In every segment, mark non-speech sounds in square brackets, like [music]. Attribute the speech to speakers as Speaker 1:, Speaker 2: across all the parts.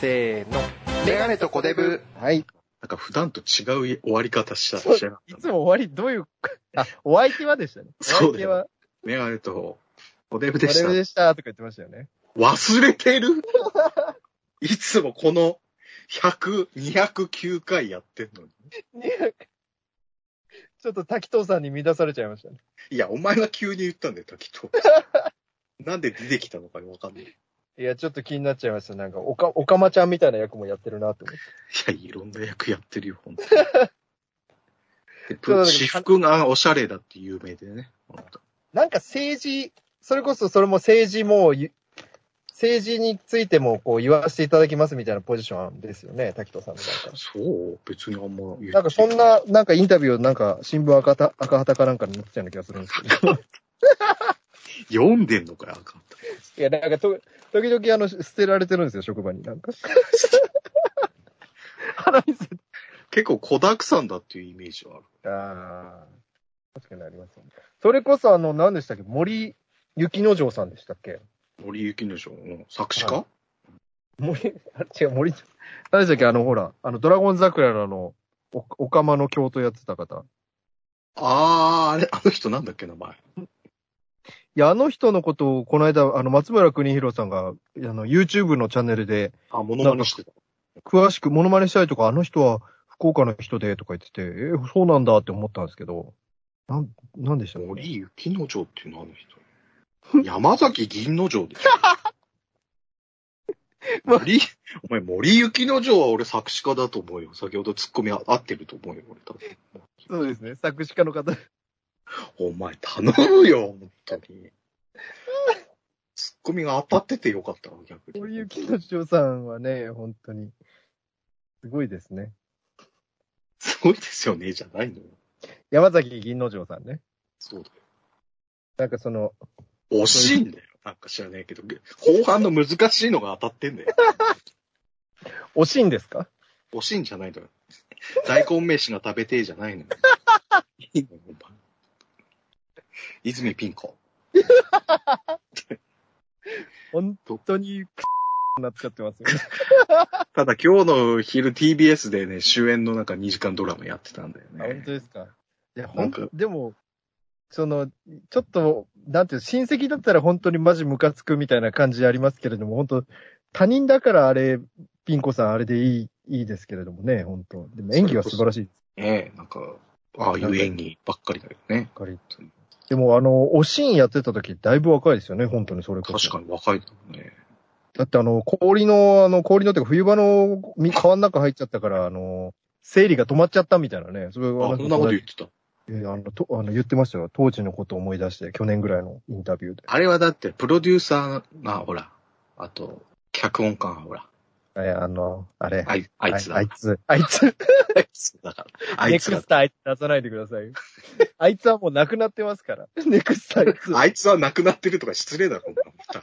Speaker 1: せーの。
Speaker 2: メガネとコデブ。
Speaker 1: はい。
Speaker 3: なんか普段と違う終わり方した
Speaker 1: そう
Speaker 3: しなか
Speaker 1: い
Speaker 3: った
Speaker 1: つも終わり、どういう
Speaker 2: あ、
Speaker 1: お相手はでしたね。
Speaker 3: そう
Speaker 1: お相
Speaker 3: だ
Speaker 1: 手
Speaker 3: よ
Speaker 1: は、
Speaker 3: メガネとおデブ
Speaker 1: 我
Speaker 3: でした
Speaker 1: 々。でしたとか言ってましたよね。 [laughs]
Speaker 3: 忘れてる [laughs] いつもこの100、209回やってんのに。
Speaker 1: ちょっと滝藤さんに乱されちゃいましたね。
Speaker 3: いや、お前が急に言ったんだよ、
Speaker 1: [laughs]
Speaker 3: 滝と。なんで出てきたのかわかんない。い
Speaker 1: いや、ちょっと気になっちゃいました。なんか、おか、おかまちゃんみたいな役もやってるなって思って。
Speaker 3: や、いろんな役やってるよ、
Speaker 1: [laughs]
Speaker 3: 本当に。
Speaker 1: そ
Speaker 3: で
Speaker 1: うだ
Speaker 3: プ
Speaker 1: けど
Speaker 3: 私服がおしゃれだって有名でね。本当
Speaker 1: なんか政治、それこそそれも政治もうゆ、政治についてもこう言わせていただきますみたいなポジションですよね、滝藤さんのなんか。
Speaker 3: そう別にあんま言って
Speaker 1: なんかそん。な、なんかインタビューなんか新聞赤た赤旗かなんかに載ってたような気がするんですけど。
Speaker 3: 読んでんのかよ、あかんと。
Speaker 1: いや、なんかと、時々あの、捨てられてるんですよ、職場に。なんか。腹水。
Speaker 3: 結構小沢さんだっていうイメージはある。
Speaker 1: ああ。確かにありますよね。それこそあの、何でしたっけ森、雪之丞さんでしたっけ
Speaker 3: 森幸之丞の作詞家、
Speaker 1: は森、あれ違う、森、何でしたっけあの、ほら、あの、ドラゴン桜のあの、お、おかまの教頭やってた方。
Speaker 3: あー、あれ、あの人なんだっけ、名前。
Speaker 1: いや、あの人のことを、この間、あの、松村邦弘さんが、あの、YouTube のチャンネルで、
Speaker 3: あ、モノマネしてた。
Speaker 1: 詳しくモノマネしたいとか、あの人は福岡の人で、とか言ってて、えーそうなんだって思ったんですけど、なん、なんでしたっけ
Speaker 3: 森雪之丞っていうのあの人。山崎銀之丞でしょ。森、お前森雪之丞は俺作詞家だと思うよ。先ほどツッコミあ合ってると思うよ、俺多分。
Speaker 1: そうですね、作詞家の方。
Speaker 3: お前頼むよ、本当に。ツッコミが当たっててよかったわ、逆に。
Speaker 1: 森幸之丞さんはね、本当に、すごいですね。
Speaker 3: すごいですよね、じゃないのよ。
Speaker 1: 山崎銀之丞さんね。
Speaker 3: そうだ
Speaker 1: なんかその、
Speaker 3: よ。惜しいんだよ。なんか知らないけど、後半の難しいのが当たってんだよ。
Speaker 1: 惜しいんですか
Speaker 3: 惜しいんじゃないのよ。大根飯が食べてえじゃないのよ。 [laughs] いいのよお前泉ピン子。
Speaker 1: 本当に、なっちゃってますよね。
Speaker 3: ただ今日の昼 TBS でね、主演のなんか2時間ドラマやってたんだよ
Speaker 1: あ本
Speaker 3: ね。
Speaker 1: 当ですか。いや、
Speaker 3: な
Speaker 1: ほ
Speaker 3: ん
Speaker 1: ん
Speaker 3: か
Speaker 1: でも、その、ちょっと、なんていう、親戚だったら本当にマジムカつくみたいな感じありますけれども、本当他人だからあれ、ピン子さんあれでいい、いいですけれどもね、本当でも演技は素晴らしいです。
Speaker 3: ええ、なんか、ああいう演技ばっかりだよね。
Speaker 1: でもあの、おしんやってた時、だいぶ若いですよね、本当にそれこそ。
Speaker 3: 確かに若いだろうね。
Speaker 1: だってあの、氷の、あの、氷のっていうか冬場のみ川の中入っちゃったから、あの、生理が止まっちゃったみたいなね。それは
Speaker 3: あ、そんなこと言ってた。
Speaker 1: えーあの、とあの言ってましたよ。当時のことを思い出して、去年ぐらいのインタビューで。
Speaker 3: あれはだって、プロデューサーが、ほら、あと、脚本家が、ほら、
Speaker 1: えーあの、あれ。
Speaker 3: あいあいつだ。
Speaker 1: あいつ。あいつ。
Speaker 3: あいつだから。 [laughs] あ
Speaker 1: ネ
Speaker 3: い
Speaker 1: ク
Speaker 3: つだ
Speaker 1: ス。ターあいつ出さないでくださいよ。 [laughs] あいつはもう亡くなってますから。ネクスターあいつ。
Speaker 3: [laughs] あいつは亡くなってるとか失礼だろ、お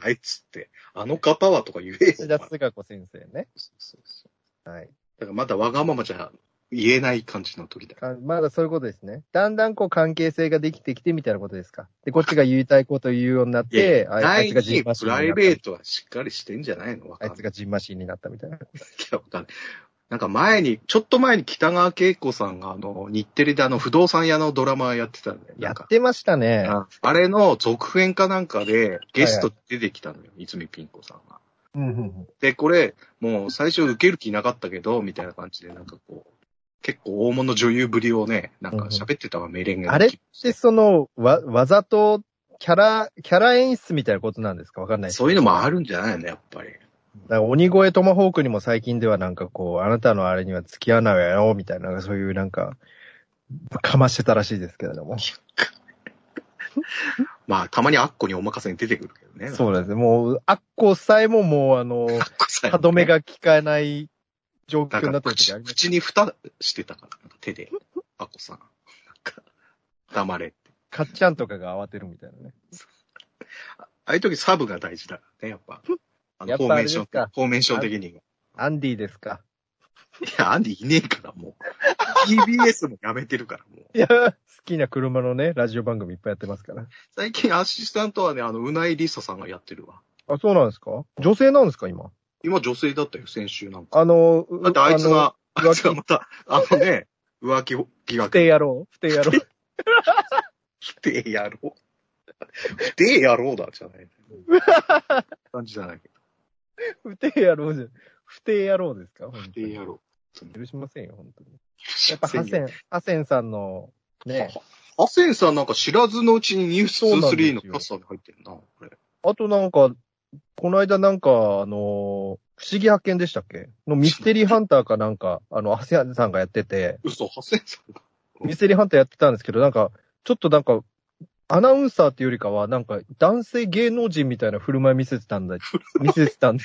Speaker 3: 前あいつって。あの方はとか言えよ。お
Speaker 1: 吉
Speaker 3: 前
Speaker 1: 田須賀子先生ね。
Speaker 3: そうそうそう
Speaker 1: はい。
Speaker 3: だからまだわがままじゃ言えない感じの時だ。
Speaker 1: かまだそういうことですね。だんだんこう関係性ができてきてみたいなことですか。で、こっちが言いたいこと言うようになっ
Speaker 3: いやい
Speaker 1: て、
Speaker 3: や
Speaker 1: あいあいつ
Speaker 3: 第一
Speaker 1: がジ
Speaker 3: に
Speaker 1: ンマシ
Speaker 3: プ
Speaker 1: ンになっ
Speaker 3: ラ
Speaker 1: た
Speaker 3: イベートはしっかりしてんじゃないのわ
Speaker 1: あ
Speaker 3: かん
Speaker 1: い
Speaker 3: ない。
Speaker 1: つがジンマシンになったみたいな。
Speaker 3: いやわかんないなんか前に、ちょっと前に北川景子さんがあの、日テレであの、不動産屋のドラマやってたんだよ。
Speaker 1: や
Speaker 3: なん
Speaker 1: っ
Speaker 3: か。
Speaker 1: てましたね。
Speaker 3: ああれの続編かなんかで、ゲスト出てきたのよ。泉ピン子さんが。
Speaker 1: うんうんうん
Speaker 3: で、これ、もう最初受ける気なかったけど、みたいな感じで、なんかこう、結構大物女優ぶりをね、なんか喋ってたわ、メレンゲの
Speaker 1: あれで、その、わ、わざと、キャラ、キャラ演出みたいなことなんですかわかんないです
Speaker 3: そういうのもあ
Speaker 1: る。
Speaker 3: るんじゃないの、やっぱり。
Speaker 1: だから鬼越トマホークにも最近ではなんかこう、あなたのあれには付き合わないわよ、みたいな、そういうなんか、かましてたらしいですけれども。
Speaker 3: まあ、たまにアッコにお任せに出てくるけどね。う。
Speaker 1: そうですね。もう、アッコさえももうあ
Speaker 3: [laughs]
Speaker 1: の、
Speaker 3: アッコさん、
Speaker 1: 歯止めが効かない状
Speaker 3: なん
Speaker 1: 況にな
Speaker 3: か
Speaker 1: ってる時
Speaker 3: 口
Speaker 1: あり
Speaker 3: [laughs]
Speaker 1: ます。
Speaker 3: 口に蓋してたから、なんか手で。アッコさん。なんか、黙れって。
Speaker 1: カッチャンとかが慌てるみたいなね。
Speaker 3: ああいう時サブが大事だからね、やっぱ。あ
Speaker 1: や
Speaker 3: の、
Speaker 1: っぱ
Speaker 3: フォーメーシ
Speaker 1: あれで
Speaker 3: ョン、
Speaker 1: すか
Speaker 3: フォーメーション的に。い
Speaker 1: アンディですか。 [laughs]
Speaker 3: や、アンディいねえから、もう。TBS もやめてるから、もう。
Speaker 1: いや、好きな車のね、ラジオ番組いっぱいやってますから。
Speaker 3: 最近アシスタントはね、あの、うないりささんがやってるわ。
Speaker 1: あ、そうなんですか女性なんですか、今。
Speaker 3: 今女性だったよ、先週なんか。
Speaker 1: あの、
Speaker 3: だってあいつが、
Speaker 1: あの
Speaker 3: あいつがまた、あのね、浮気疑
Speaker 1: 不定
Speaker 3: 惑。
Speaker 1: 野郎、不定野郎。 [laughs]
Speaker 3: 不定やろう。不定やろうだ、じ
Speaker 1: [laughs]
Speaker 3: ゃない。感じじゃないけど。
Speaker 1: 不定野郎じゃん。不定野郎ですか
Speaker 3: 不定や
Speaker 1: 郎。
Speaker 3: ろ
Speaker 1: 許しませんよ、本当に。
Speaker 3: う。
Speaker 1: やっぱハセン、ハセンさんの、ね、
Speaker 3: ハセンさんなんか知らずのうちにニュース
Speaker 1: そうなんですよ
Speaker 3: 23のパスタに入ってんな、これ。
Speaker 1: あとなんか、この間なんか、あのー不思議発見でしたっけのミステリーハンターかなんか、あの、ハセンさんがやってて、
Speaker 3: 嘘、ハセンさんが。
Speaker 1: ミステリーハンターやってたんですけど、なんか、ちょっとなんか、アナウンサーっていうよりかは、なんか、男性芸能人みたいな振る舞い見せてたん
Speaker 3: [laughs]
Speaker 1: だ、見せてたんで、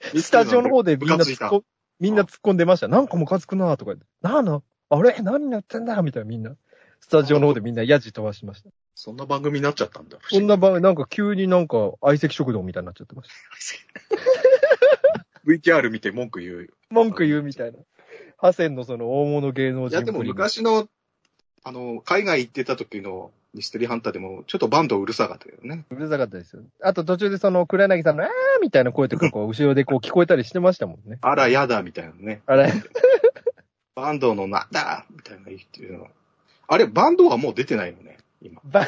Speaker 1: スタジオの方でみんな
Speaker 3: ムカつ
Speaker 1: 突っ
Speaker 3: いた
Speaker 1: 込、みんな突っ込んでました。なんかムカつくなとか言って、なあな、あれ何やってんだみたいなみんな。スタジオの方でみんなヤジ飛ばしてました。
Speaker 3: そんな番組になっちゃったんだ。
Speaker 1: こんな場合、なんか急になんか相席食堂みたいになっちゃってました。
Speaker 3: [laughs] VTR 見て文句言うよ。
Speaker 1: 文句言うみたいな。ハセンのその大物芸能人
Speaker 3: いや、でも昔の、あの、海外行ってた時のミステリーハンターでも、ちょっとバンドうるさかったよね。
Speaker 1: うるさかったですよ。あと途中でその黒柳さんのあーみたいな声とかこう後ろでこう聞こえたりしてましたもんね。
Speaker 3: あら、やだ、みたいなね。
Speaker 1: あれ、
Speaker 3: バンドのなんだ、みたいな言ってるの。あれ、バンドはもう出てないよね、今。
Speaker 1: バ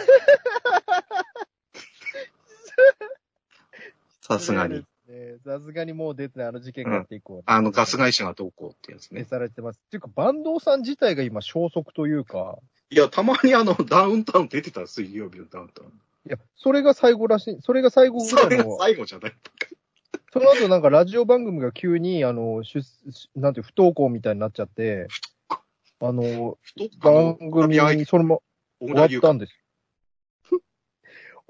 Speaker 3: さすがに。。
Speaker 1: さすがにもう出てないあの事件があって以降、
Speaker 3: あの、ガス会社がどうこうってやつ
Speaker 1: 消
Speaker 3: ね。
Speaker 1: されてます。っていうか、バンドさん自体が今消息というか、
Speaker 3: いや、たまにあの、ダウンタウン出てた、水曜日のダウンタウン。
Speaker 1: いや、それが最後らしい、それが最後ぐ
Speaker 3: そ
Speaker 1: ら
Speaker 3: れ
Speaker 1: い
Speaker 3: が
Speaker 1: の、
Speaker 3: 最後じゃない。
Speaker 1: その後なんかラジオ番組が急に、あの、出、なんていう不登校みたいになっちゃって、あの、
Speaker 3: 太っ
Speaker 1: 番組にそのま、終わったんです。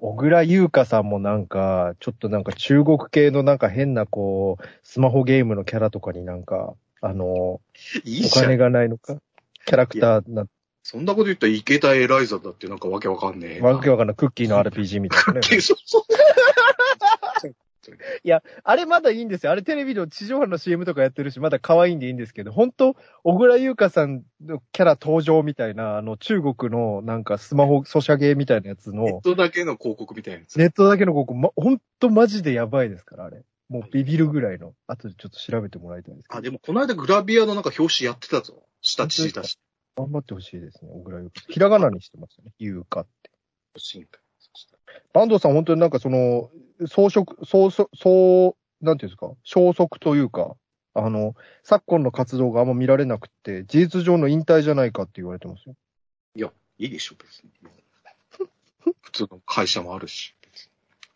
Speaker 1: 小倉優香さんもなんか、ちょっとなんか中国系のなんか変なこう、スマホゲームのキャラとかになんか、あの、
Speaker 3: いい
Speaker 1: お
Speaker 3: じゃ
Speaker 1: 金
Speaker 3: ん。
Speaker 1: がないのか、キャラクターな、
Speaker 3: そんなこと言ったら池田エライザだってなんかわけわかんねえな。
Speaker 1: わけわかんないクッキーの RPG みたいなね。
Speaker 3: [laughs] そうそう
Speaker 1: [laughs] あれまだいいんですよ。あれテレビの地上波の CM とかやってるし、まだ可愛いんでいいんですけど、本当小倉優香さんのキャラ登場みたいな、あの中国のなんかスマホソシャゲみたいなやつの、
Speaker 3: ネットだけの広告みたいなやつ。
Speaker 1: ネットだけのここ、ま、ほんとマジでやばいですから、あれ。もうビビるぐらいの。後でちょっと調べてもらいたいんですけ
Speaker 3: あ、
Speaker 1: ど。
Speaker 3: でもこの間グラビアのなんか表紙やってたぞ。下地下し。
Speaker 1: 頑張ってほしいですね、小倉優香。ひらがなにしてましたね、優香って。
Speaker 3: 進化
Speaker 1: 坂東さん本当になんかその、装飾、装飾、そう、なんていうんですか、消息というか、あの、昨今の活動があんま見られなくて、事実上の引退じゃないかって言われてますよ。
Speaker 3: いいでしょ、別に。普通の会社もあるし。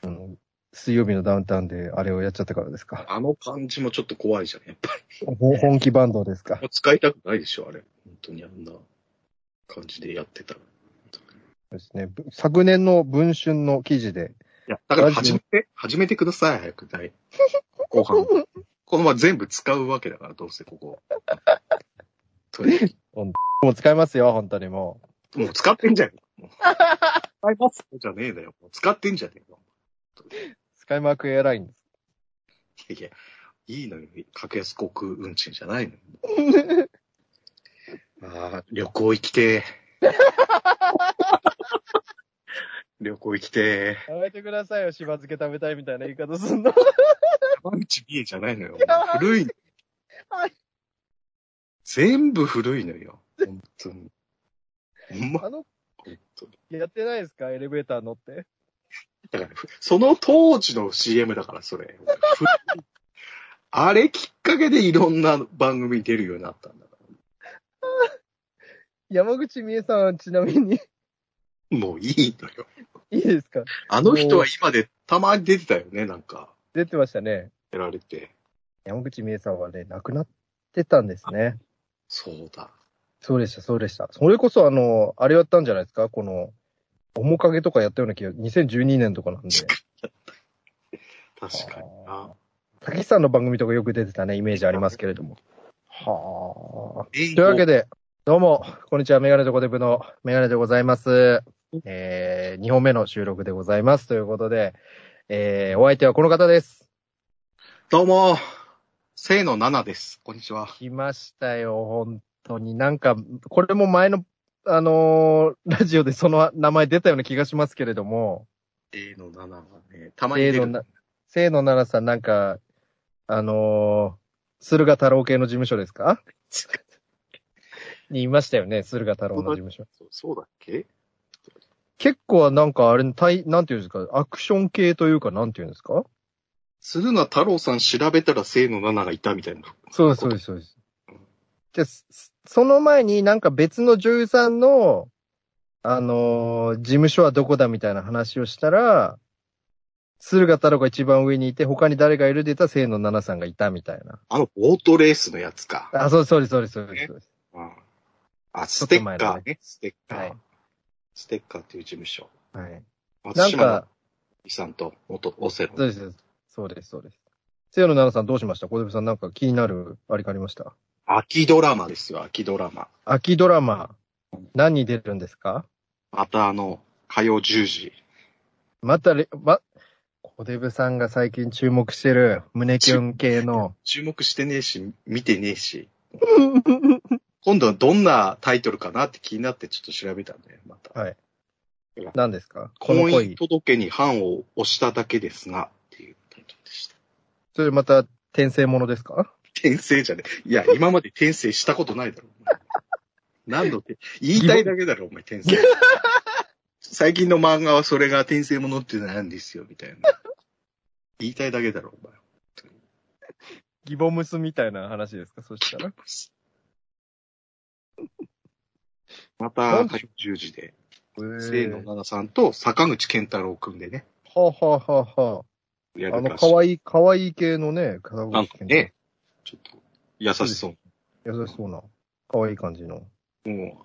Speaker 1: あの、水曜日のダウンタウンであれをやっちゃったからですか。
Speaker 3: あの感じもちょっと怖いじゃん、やっぱり。
Speaker 1: ほ本気バンドですか
Speaker 3: も。う使いたくないでしょ、あれ。本当にあんな感じでやってたら。
Speaker 1: そうですね。ぶ昨年の文春の記事で、
Speaker 3: いや、だか
Speaker 1: ラ
Speaker 3: ら
Speaker 1: ジ
Speaker 3: 始
Speaker 1: オ
Speaker 3: めて、始めてください、早くない。後半。このまま全部使うわけだから、どうせここ。とにか
Speaker 1: もう使いますよ、本当にもう。
Speaker 3: くもう使ってんじゃん。もう使いますじゃねえだよ。もう使ってんじゃねえよ。
Speaker 1: 使いまくエアラインです。
Speaker 3: いや、いいのよ。格安航空運賃じゃないのよ。
Speaker 1: [laughs]
Speaker 3: ああ、旅行行きて
Speaker 1: [laughs]
Speaker 3: え旅行行きてえ
Speaker 1: やめてくださいよ、しば漬け食べたいみたいな言い方すんの。
Speaker 3: 山口美恵じゃないのよ
Speaker 1: いや。
Speaker 3: 古いの
Speaker 1: はい。
Speaker 3: 全部古いのよ。本当に。ほんま
Speaker 1: [laughs] あの、
Speaker 3: 本当に
Speaker 1: やってないですかエレベーター乗って。
Speaker 3: だから、ふその当時の CM だから、それ。ふあれきっかけでいろんな番組に出るようになったんだか
Speaker 1: 山口美恵さん、ちなみに、
Speaker 3: ら。もういいのよ。
Speaker 1: いいですか
Speaker 3: あの人は今でたまに出てたよね、なんか。
Speaker 1: 出てましたね。
Speaker 3: やられて。
Speaker 1: 山口美恵さんはね、亡くなってたんですね。
Speaker 3: そうだ。
Speaker 1: そうでした、そうでした。それこそ、あの、あれやったんじゃないですかこの、面影とかやったような気が、2012年とかなんで。
Speaker 3: 確かにな。
Speaker 1: たけしさんの番組とかよく出てたね、イメージありますけれども。はあ。
Speaker 3: とい
Speaker 1: というわけで、どうも、こんにちは、メガネとコデブのメガネでございます。えー、2本目の収録でございます。ということで、えー、お相手はこの方です。
Speaker 3: どうも、せーのななです。こんにちは。
Speaker 1: 来ましたよ、本当に。なんか、これも前の、あのーラジオでその名前出たような気がしますけれども、
Speaker 3: せーのなながね、たまに
Speaker 1: せ
Speaker 3: 出
Speaker 1: ーの
Speaker 3: る。
Speaker 1: な、せーのならさんなんか、あのー、駿河太郎系の事務所ですかにいましたよね、駿河太郎の事務所。
Speaker 3: そう [laughs] そうだっけ
Speaker 1: 結構なんかあれ、対、なんていうんですか、アクション系というか、なんていうんですか
Speaker 3: 鶴名太郎さん調べたら清野奈々がいたみたいな。
Speaker 1: そうです、そうです、そうです。じゃ、そその前になんか別の女優さんの、あのー事務所はどこだみたいな話をしたら、駿河太郎が一番上にいて、他に誰がいるで言ったら清野奈々さんがいたみたいな。
Speaker 3: あの、ボートレースのやつか。
Speaker 1: あ、そうです、そうです、そうです、そうですそうです。
Speaker 3: うんあ、ステッ
Speaker 1: ちょっと
Speaker 3: カ
Speaker 1: 前の
Speaker 3: ーね、ステッカー。
Speaker 1: はい
Speaker 3: ステッカーっていう事務所。
Speaker 1: はい。な
Speaker 3: 松
Speaker 1: ん
Speaker 3: 島
Speaker 1: か
Speaker 3: の、美さんと元オセロ。
Speaker 1: そうです、そうです、そうです。清野奈々さんどうしました小出さんなんか気になるあれがありました
Speaker 3: 秋ドラマですよ、秋ドラマ。
Speaker 1: 秋ドラマ、何に出るんですか
Speaker 3: またあの、火曜10時。
Speaker 1: またれ、ま、小デブさんが最近注目してる胸キュン系
Speaker 3: [laughs]
Speaker 1: の、
Speaker 3: 注目してねえし、見てねえし。今度はどんなタイトルかなって気になってちょっと調べたんだよ、また。
Speaker 1: はい何ですかこの
Speaker 3: 婚姻
Speaker 1: 恋。
Speaker 3: 届に判を押しただけですが、っていうタイトルでした。
Speaker 1: それまた転生ものですか
Speaker 3: 転生じゃねえ。いや、今まで転生したことないだろ。
Speaker 1: [laughs]
Speaker 3: 何度って、言いたいだけだろ、お前、転生。最近の漫画はそれが転生ものってなんですよ、みたいな。言いたいだけだろ、お前。
Speaker 1: ギボムスみたいな話ですかそしたら。
Speaker 3: ま
Speaker 1: な
Speaker 3: た、
Speaker 1: んで
Speaker 3: 10時で、清
Speaker 1: せ
Speaker 3: 野奈々さんと坂口健太郎くんでね、
Speaker 1: はあ、はあはあは
Speaker 3: や
Speaker 1: あ、あ
Speaker 3: る
Speaker 1: の、
Speaker 3: ら
Speaker 1: か
Speaker 3: しい。
Speaker 1: わいい、かわいい系のね、片
Speaker 3: なんかね、ちょっと、優しそう。
Speaker 1: 優しそうな、かわいい感じの。
Speaker 3: もう、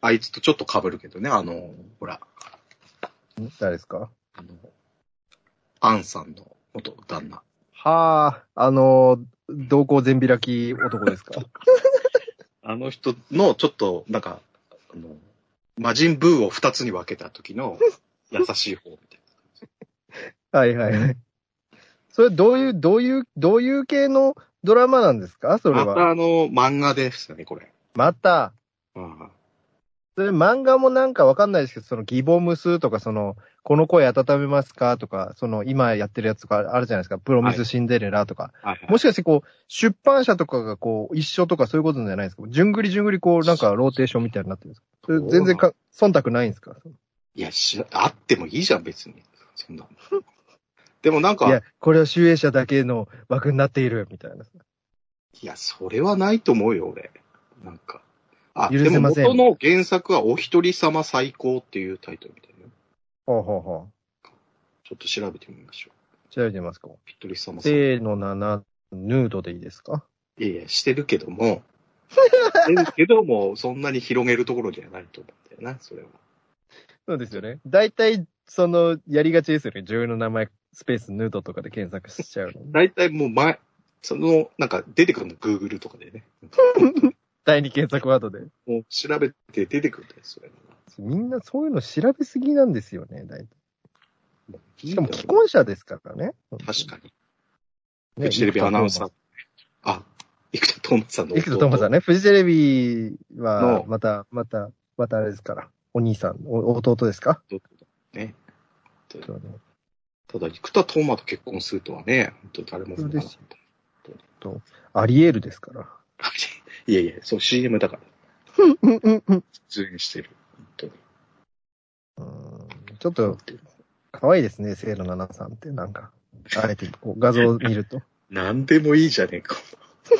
Speaker 3: あいつとちょっと被るけどね、あの、ほら、
Speaker 1: ん誰ですか
Speaker 3: あの、アンさんの元旦那。
Speaker 1: はあ、あの、同行全開き男ですか
Speaker 3: あの人の、ちょっと、なんか、あの、魔人ブーを二つに分けた
Speaker 1: [laughs]
Speaker 3: 時の、優しい方みたい
Speaker 1: はいはいはい。 [laughs] それどういう、どういう、どういう系のドラマなんですかそれ
Speaker 3: な。また
Speaker 1: は。
Speaker 3: あの、漫画ですよね、これ。
Speaker 1: また、
Speaker 3: うん
Speaker 1: それ漫画もなんかわかんないですけど、そのギボムスとか、その、この声温めますかとか、その今やってるやつとかあるじゃないですか。プロミスシンデレラとか。
Speaker 3: はい
Speaker 1: もしかしてこう、出版社とかがこう、一緒とかそういうことじゃないですか。順繰り順繰りこう、なんかローテーションみたいになってるんですかそれ全然か、忖度ないんですか
Speaker 3: いや、し、あってもいいじゃん、別に。そんなの。でもなんか、
Speaker 1: い
Speaker 3: い
Speaker 1: や
Speaker 3: や、、
Speaker 1: これは集英社だけの枠になっている、みたいな。
Speaker 3: それはないと思うよ、俺。なんか。あ、
Speaker 1: 許
Speaker 3: で
Speaker 1: せ
Speaker 3: も
Speaker 1: ません
Speaker 3: 元の原作はお一人様最高っていうタイトルみたいな。
Speaker 1: ほうほうほう。
Speaker 3: ちょっと調べてみましょう。
Speaker 1: 調べてみますか。
Speaker 3: 一人様最高。
Speaker 1: せーの7、ヌードでいいですか
Speaker 3: いやいや、してるけども、してるけども、そんなに広げるところじゃないと思うんだよな、それは。
Speaker 1: そうですよね。大体、その、やりがちですよね。女優の名前、スペースヌードとかで検索しちゃ [laughs] うの。
Speaker 3: 大体もう前、その、なんか出てくるの、Google とかでね。
Speaker 1: 第二検索ワードで。
Speaker 3: もう調べて出てくるんだよ、それが。
Speaker 1: みんなそういうの調べすぎなんですよね、大体。
Speaker 3: もういい
Speaker 1: し
Speaker 3: ん
Speaker 1: か
Speaker 3: だよ
Speaker 1: も既婚者ですからね。
Speaker 3: 確かに。
Speaker 1: に
Speaker 3: フジテレビアナウンサー。。あ、生田斗真さんの弟。
Speaker 1: 生田斗真さんね。フジテレビは
Speaker 3: の、
Speaker 1: また、また、またあれですから。お兄さん、お弟ですかそうね
Speaker 3: ただ、生田斗真と結婚するとはね、本当に誰も思わなかっ
Speaker 1: そありえるです
Speaker 3: [laughs]
Speaker 1: から。
Speaker 3: た。いやいや、そう CM だから、
Speaker 1: うんうんうん。
Speaker 3: 出演してる。本当に。
Speaker 1: ちょっと、可愛いですね、清野奈々さんって、なんか。あえて、こう、画像を見ると。
Speaker 3: なんでもいいじゃねえか。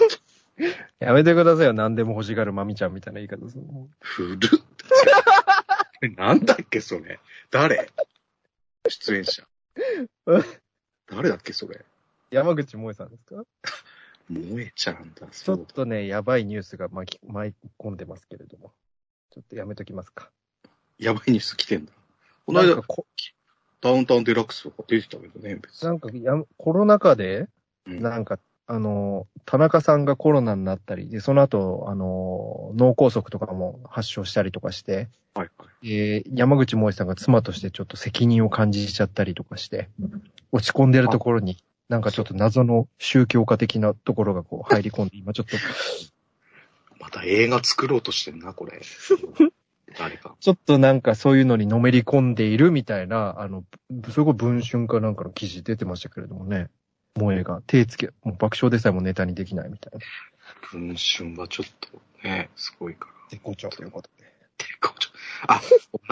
Speaker 1: [laughs] やめてくださいよ、何でも欲しがるまみちゃんみたいな言い方するの。
Speaker 3: 古っ。なんだっけ、それ。誰出
Speaker 1: [laughs]
Speaker 3: 演者
Speaker 1: え。
Speaker 3: 誰だっけ、それ。
Speaker 1: 山口萌えさんですか
Speaker 3: 萌えちゃん
Speaker 1: ち
Speaker 3: だ、
Speaker 1: ょ
Speaker 3: そ
Speaker 1: っ
Speaker 3: うだ。
Speaker 1: とね、やばいニュースが巻き、巻き込んでますけれども。ちょっとやめときますか。
Speaker 3: やばいニュース来てんだ。この
Speaker 1: なん
Speaker 3: 間
Speaker 1: か、こ
Speaker 3: ダウンタウンデラックスとか出てたけどね、別
Speaker 1: な
Speaker 3: に。
Speaker 1: んかや、コロナ禍で、
Speaker 3: うん
Speaker 1: なんか、あの、田中さんがコロナになったり、で、その後、あの、脳梗塞とかも発症したりとかして、
Speaker 3: はいはい。
Speaker 1: えー山口萌えさんが妻としてちょっと責任を感じちゃったりとかして、落ち込んでるところに、なんかちょっと謎の宗教家的なところがこう入り込んで、今ちょっと、
Speaker 3: また映画作ろうとしてんな、これ。誰
Speaker 1: [laughs]
Speaker 3: か。
Speaker 1: ちょっとなんかそういうのにのめり込んでいるみたいな、あの、すごい文春かなんかの記事出てましたけれどもね。萌えが手つけ、もう爆笑でさえもネタにできないみたいな。
Speaker 3: 文春はちょっとね、すごいから。
Speaker 2: 絶好調ということで。
Speaker 3: 結構ちょあ、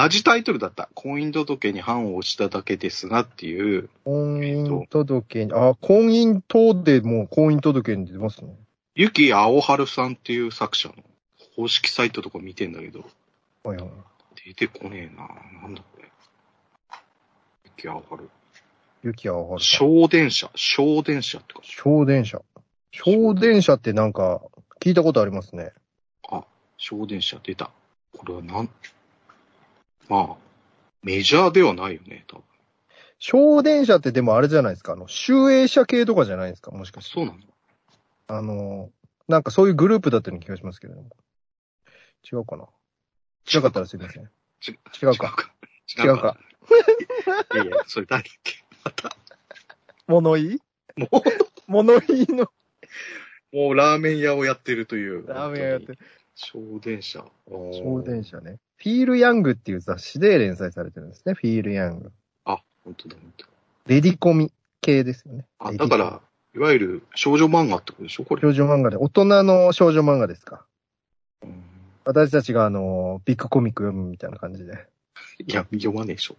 Speaker 3: 同じタイトルだった。婚姻届に判を押しただけですがっていう、
Speaker 1: 婚姻届に、あ、婚姻等でもう婚姻届に出ますね。
Speaker 3: ゆきあおはるさんっていう作者の公式サイトとか見てんだけど、
Speaker 1: はいはい。
Speaker 3: 出てこねえな。なんだこれ。ゆきあおはる。
Speaker 1: ゆきあおはるさん。
Speaker 3: 小電車。小電車ってか。
Speaker 1: 小電車。小電車ってなんか、聞いたことありますね。
Speaker 3: 小電車出た。これはなん、まあ、メジャーではないよね、多分。
Speaker 1: 小電車ってでもあれじゃないですか。あの、集英社系とかじゃないですか。もしかして。
Speaker 3: そうなの
Speaker 1: あの、なんかそういうグループだったような気がしますけれども。違うかな違かったらすいません。
Speaker 3: 違
Speaker 1: 違うか。。違うか。
Speaker 3: いやいや、それ誰だっけまた。
Speaker 1: 物言い
Speaker 3: も
Speaker 1: 物言いの
Speaker 3: う、もうラーメン屋をやってるという。
Speaker 1: ラーメン屋やってる。
Speaker 3: 本当に。小電車。
Speaker 1: [laughs] 小
Speaker 3: 小
Speaker 1: 電車
Speaker 3: 車。
Speaker 1: ね。フィール・ヤングっていう雑誌で連載されてるんですね。フィール・ヤング。
Speaker 3: 本当だ、本当だ
Speaker 1: レディコミ系ですよね。
Speaker 3: あ、
Speaker 1: レディ
Speaker 3: だ
Speaker 1: コ
Speaker 3: か
Speaker 1: ミ
Speaker 3: ら、いわゆる少女漫画ってことでしょこれ。
Speaker 1: 少女漫画で、大人の少女漫画ですか。
Speaker 3: うん
Speaker 1: 私たちがあの、ビッグコミック読むみたいな感じで。
Speaker 3: いや、読まねえでしょ。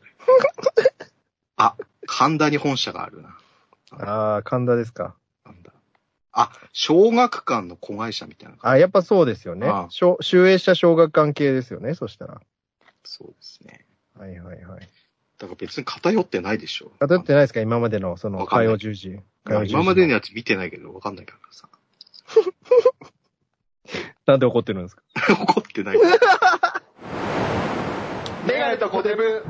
Speaker 3: [laughs] あ、神田に本社があるな。
Speaker 1: ああ、神田ですか。
Speaker 3: なんだ。あ、小学館の子会社みたいな感
Speaker 1: あやっぱそうですよね
Speaker 3: ああ。
Speaker 1: 小集英社小学館系ですよね、そしたら。
Speaker 3: じ。そうですね。
Speaker 1: はいはいはい。
Speaker 3: だから別に偏ってないでしょ。
Speaker 1: 当たってないですか今までの、その、
Speaker 3: わかんな
Speaker 1: 火
Speaker 3: い
Speaker 1: 曜十時。火
Speaker 3: ま
Speaker 1: 曜
Speaker 3: あ
Speaker 1: 10時
Speaker 3: 今までのやつ見てないけど、わかんないからさ。 [laughs]
Speaker 1: なんで怒ってるんですか
Speaker 3: 怒ってない。
Speaker 2: メガネとコテブ。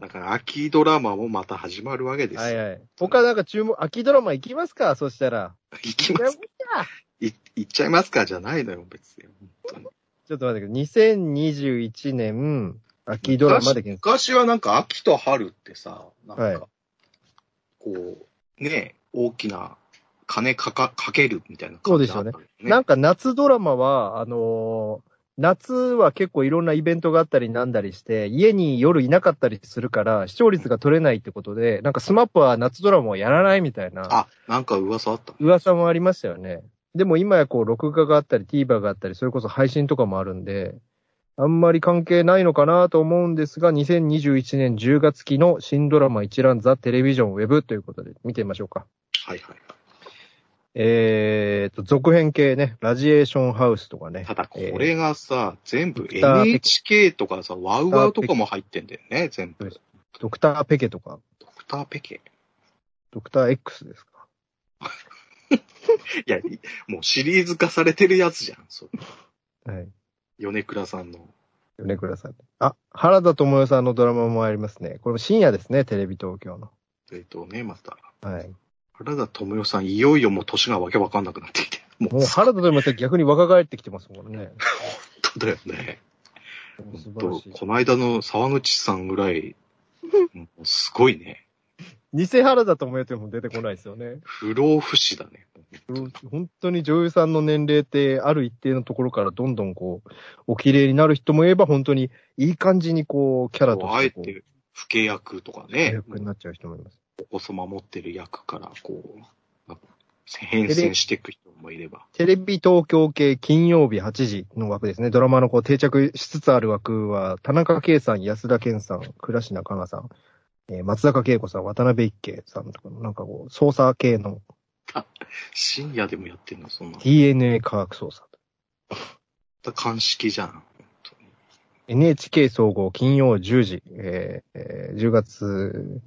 Speaker 3: だから、秋ドラマもまた始まるわけですよ。
Speaker 1: はいはい。他なんか注目、秋ドラマ行きますかそしたら。
Speaker 3: 行きます。い、行っちゃいますかじゃないのよ、別に。本当に
Speaker 1: ちょっと待ってください。2021年、秋ドラマで検索。
Speaker 3: 昔昔はなんか秋と春ってさ、なんか、
Speaker 1: はい
Speaker 3: こう、ね、大きな金かか、かけるみたいな感じだったんだよね。
Speaker 1: なんか夏ドラマは、あのー夏は結構いろんなイベントがあったりなんだりして、家に夜いなかったりするから、視聴率が取れないってことで、なんかスマップは夏ドラマをやらないみたいな、
Speaker 3: あ、なんか噂あったね。
Speaker 1: 噂もありましたよね。でも今やこう、録画があったり、TVer があったり、それこそ配信とかもあるんで、あんまり関係ないのかなと思うんですが、2021年10月期の新ドラマ一覧ザ・テレビジョンウェブということで見てみましょうか。
Speaker 3: はいはい。
Speaker 1: えーと、続編系ね、ラジエーションハウスとかね。
Speaker 3: ただこれがさ、全部
Speaker 1: ドクター
Speaker 3: NHK とかさ、ワウワウとかも入ってんだよね、全
Speaker 1: そう
Speaker 3: 部
Speaker 1: で。ドクターペケとか、
Speaker 3: ドクターペケ。
Speaker 1: ドクター X ですか。
Speaker 3: いや、いもうシリーズ化されてるやつじゃん、そう。
Speaker 1: はい。
Speaker 3: 米倉さんの。
Speaker 1: 米倉さん。あ、原田智代さんのドラマもありますね。これも深夜ですね、テレビ東京の。
Speaker 3: えっとね、また。
Speaker 1: はい。
Speaker 3: 原田智代さん、いよいよもう年がわけわかんなくなってきて。もう、
Speaker 1: もう
Speaker 3: 本
Speaker 1: 原田智代さん逆に若返ってきてますもんね。
Speaker 3: 当だよね。
Speaker 1: 素晴ら
Speaker 3: と
Speaker 1: しい。
Speaker 3: この間の沢口さんぐらい、もうすごいね。
Speaker 1: 偽原田智代ってもう出てこないですよね。
Speaker 3: 不老不死だね。
Speaker 1: 本当に女優さんの年齢って、ある一定のところからどんどんこう、お綺麗になる人もいれば、本当にいい感じにこう、キャラと
Speaker 3: あ
Speaker 1: し
Speaker 3: え
Speaker 1: てこう、
Speaker 3: て、不契約とかね、
Speaker 1: 役になっちゃう人もいます。
Speaker 3: お子様持ってる役から、こう、変遷していく人もいれば。
Speaker 1: テレビ東京系金曜日8時の枠ですね。ドラマのこう定着しつつある枠は、田中圭さん、安田健さん、倉科香奈さん、えー松坂慶子さん、渡辺一慶さんとかの、なんかこう、捜査系の
Speaker 3: 深夜でもやってんの、そんな。
Speaker 1: DNA 科学捜査。
Speaker 3: 鑑識じゃん。
Speaker 1: NHK 総合金曜10時、えーえー10月、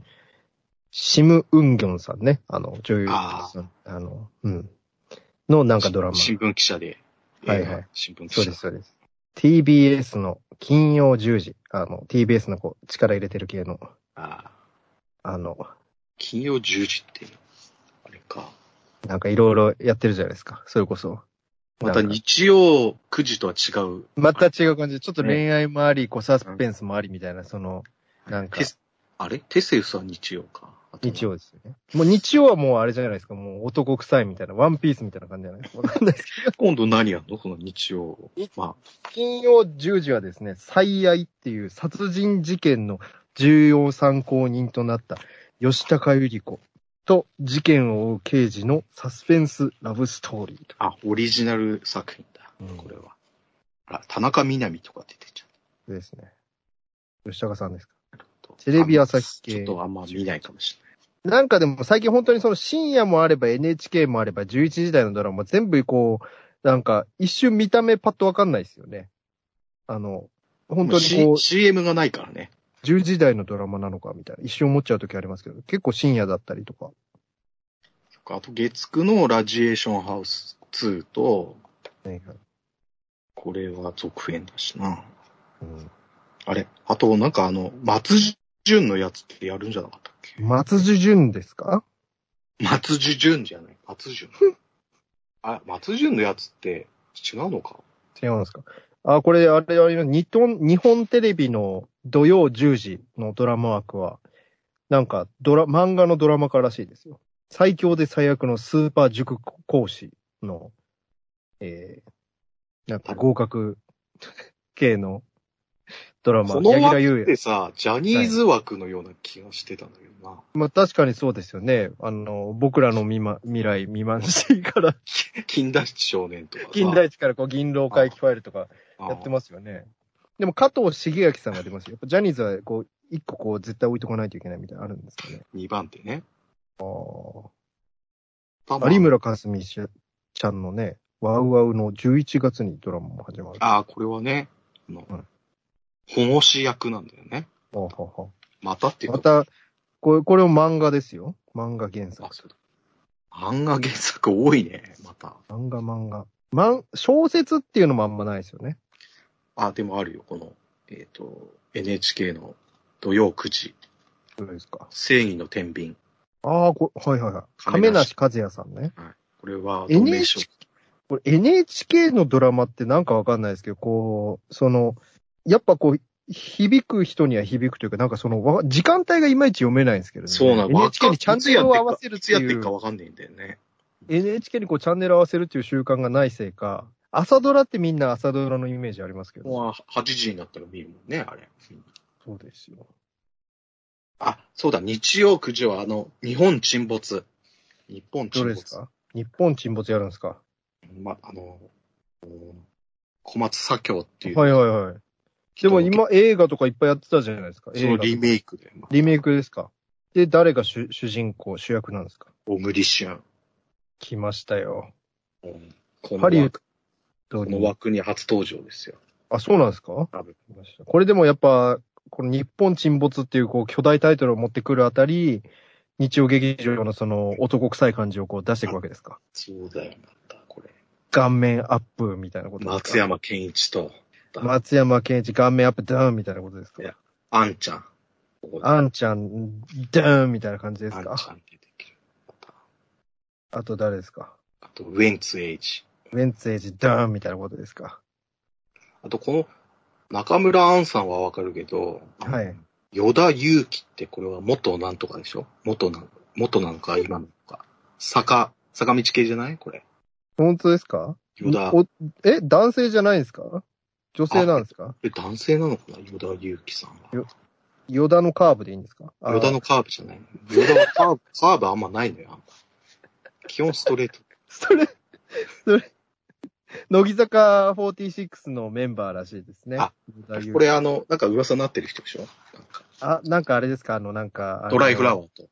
Speaker 1: シム・ウンギョンさんね。あの、女優
Speaker 3: あ
Speaker 1: さん。あの、うん。のなんかドラマ。
Speaker 3: 新聞記者で。
Speaker 1: はいはい
Speaker 3: 映画。新聞記
Speaker 1: そう
Speaker 3: 者
Speaker 1: です、。そうです。TBS の金曜10時、あの、TBS のこう、力入れてる系の、
Speaker 3: ああ
Speaker 1: あの、
Speaker 3: 金曜10時って、あれか。
Speaker 1: なんかいろいろやってるじゃないですか。それこそ。
Speaker 3: また日曜9時とは違う。
Speaker 1: また違う感じで、ちょっと恋愛もあり、こう、サスペンスもありみたいな、その、なんか
Speaker 3: テ、スあれテセウスは日曜か。あと
Speaker 1: 日。曜ですよね。もう日曜はもうあれじゃないですか。もう男臭いみたいな、ワンピースみたいな感じじゃないですか。わかんないです
Speaker 3: 今度何やんのその日曜
Speaker 1: い。
Speaker 3: まあ、
Speaker 1: 金曜10時はですね、最愛っていう殺人事件の重要参考人となった吉高由里子と事件を追う刑事のサスペンスラブストーリーと。
Speaker 3: あ、オリジナル作品だ
Speaker 1: うん。
Speaker 3: これは。あら、田中みなみとか出てちゃ
Speaker 1: ですね。吉高さんですか。
Speaker 3: った。
Speaker 1: テレビ朝日系
Speaker 3: ちょっとあんま見ないかもしれない。
Speaker 1: なんかでも最近本当にその深夜もあれば NHK もあれば11時台のドラマ全部こう、なんか一瞬見た目パッとわかんないですよね。あの、本当にこう
Speaker 3: もう、C- CM がないからね。
Speaker 1: 10時台のドラマなのかみたいな一瞬思っちゃう時ありますけど、結構深夜だったりとか。
Speaker 3: そっかあと月9のラジエーションハウス2と、
Speaker 1: ね
Speaker 3: これは続編だしな。
Speaker 1: うん
Speaker 3: あれあと、なんかあの、松潤のやつってやるんじゃなかったっけ
Speaker 1: 松寿潤ですか
Speaker 3: 松寿潤じゃない松
Speaker 1: [laughs]
Speaker 3: 潤。あ、松潤のやつって違うのか
Speaker 1: 違うんですかあ、これ、あれ、あれ、日本、日本テレビの土曜10時のドラマ枠は、なんか、ドラ、漫画のドラマ化らしいですよ。最強で最悪のスーパー塾講師の、えー、なんか合格系のドラマ、
Speaker 3: その
Speaker 1: 柳楽
Speaker 3: 枠
Speaker 1: 優
Speaker 3: って
Speaker 1: 也。
Speaker 3: さ、ジャニーズ枠のような気がしてたんだけどな。
Speaker 1: まあ確かにそうですよね。あの、僕らの未ま、未来、未満してから、
Speaker 3: 近代一少年とかさ。
Speaker 1: 近代一からこう、銀狼回帰ファイルとか、やってますよね。でも加藤茂明さんが出ますよ。やっぱジャニーズはこう、一個こう、絶対置いとかないといけないみたいなのあるんですかね。
Speaker 3: す。2番手ね。
Speaker 1: 有村架純ちゃんのね、ワウワウの11月にドラマも始まる。
Speaker 3: ああ、これはね、あの
Speaker 1: うん
Speaker 3: 保護士役なんだよね。
Speaker 1: ほうほうほ
Speaker 3: またって
Speaker 1: う
Speaker 3: いう
Speaker 1: ま
Speaker 3: か
Speaker 1: た、これ、これも漫画ですよ。漫画原作
Speaker 3: あ、。そうだ。漫画原作多いね、また。
Speaker 1: 漫画漫画。まん、小説っていうのもあんまないですよね。
Speaker 3: あ、でもあるよ、この、えっ、と、NHK の土曜9時、
Speaker 1: どうですか。
Speaker 3: 正義の天秤。
Speaker 1: ああ、こはいはいはい。亀
Speaker 3: 亀梨
Speaker 1: 梨和也さんね。
Speaker 3: これは、同盟賞
Speaker 1: NHK、これ NHK のドラマってなんかわかんないですけど、こう、その、やっぱこう、響く人には響くというか、なんかその、わ時間帯がいまいち読めないんですけどね。
Speaker 3: そうなの。
Speaker 1: NHK にチャンネルを合わせるっ
Speaker 3: い
Speaker 1: て
Speaker 3: つやって
Speaker 1: い
Speaker 3: る
Speaker 1: う
Speaker 3: か、わかんないんだよね。
Speaker 1: NHK にこうチャンネルを合わせるっていう習慣がないせいか、朝ドラってみんな朝ドラのイメージありますけど。
Speaker 3: もう8時になったら見るもんね、あれ。
Speaker 1: そうですよ。
Speaker 3: あ、そうだ、日曜9時はあの、日本沈没。日本沈
Speaker 1: ど
Speaker 3: 没。
Speaker 1: れですか日本沈没やるんですか
Speaker 3: ま、あの、小松左京っていう。
Speaker 1: はいはいはい。でも今映画とかいっぱいやってたじゃないですか。
Speaker 3: その
Speaker 1: 映画
Speaker 3: リメイクで、
Speaker 1: リメイクですか。で、誰が主主人公、主役なんですか
Speaker 3: オムリシュン。
Speaker 1: 来ましたよ。
Speaker 3: うんこ
Speaker 1: ハリ
Speaker 3: の
Speaker 1: ウッ
Speaker 3: 枠
Speaker 1: ド
Speaker 3: こ
Speaker 1: に
Speaker 3: の枠に初登場ですよ。
Speaker 1: あ、そうなんですか
Speaker 3: 多分
Speaker 1: これでもやっぱ、この日本沈没っていうこう巨大タイトルを持ってくるあたり、日曜劇場のその男臭い感じをこう出していくわけですか
Speaker 3: そうだよ、また、これ。
Speaker 1: 顔面アップみたいなことですか
Speaker 3: 松。山健一と、
Speaker 1: 松山健一顔面アップダウンみたいなことですか
Speaker 3: いやあんちゃん。ここで
Speaker 1: あんちゃん、ダウンみたいな感じです
Speaker 3: あんち
Speaker 1: か
Speaker 3: ゃん出てくる。また
Speaker 1: あと誰ですか
Speaker 3: あと、ウエンツエイジ。
Speaker 1: ウェンツエイジ、ダウンみたいなことですか
Speaker 3: あと、この、中村アンさんはわかるけど、
Speaker 1: はい。
Speaker 3: 与田祐希ってこれは元なんとかでしょ元なん、元なのか今なのか。坂、坂道系じゃないこれ。
Speaker 1: 本当ですか
Speaker 3: 与田。こ
Speaker 1: おえ、男性じゃないんですか女性なんですか
Speaker 3: れ男性なのかな与田祐希さんは。
Speaker 1: よヨダのカーブでいいんですかあー
Speaker 3: 与田のカーブじゃない。与田はカーブ、カーブあんまないのよ。あんま基本ストレート。
Speaker 1: [laughs] それ、それ、乃木坂46のメンバーらしいですね。
Speaker 3: あ
Speaker 1: 野田優
Speaker 3: これあの、なんか噂になってる人でしょなんか
Speaker 1: あ、なんかあれですかあの、なんか。あの
Speaker 3: ドライフラワーと。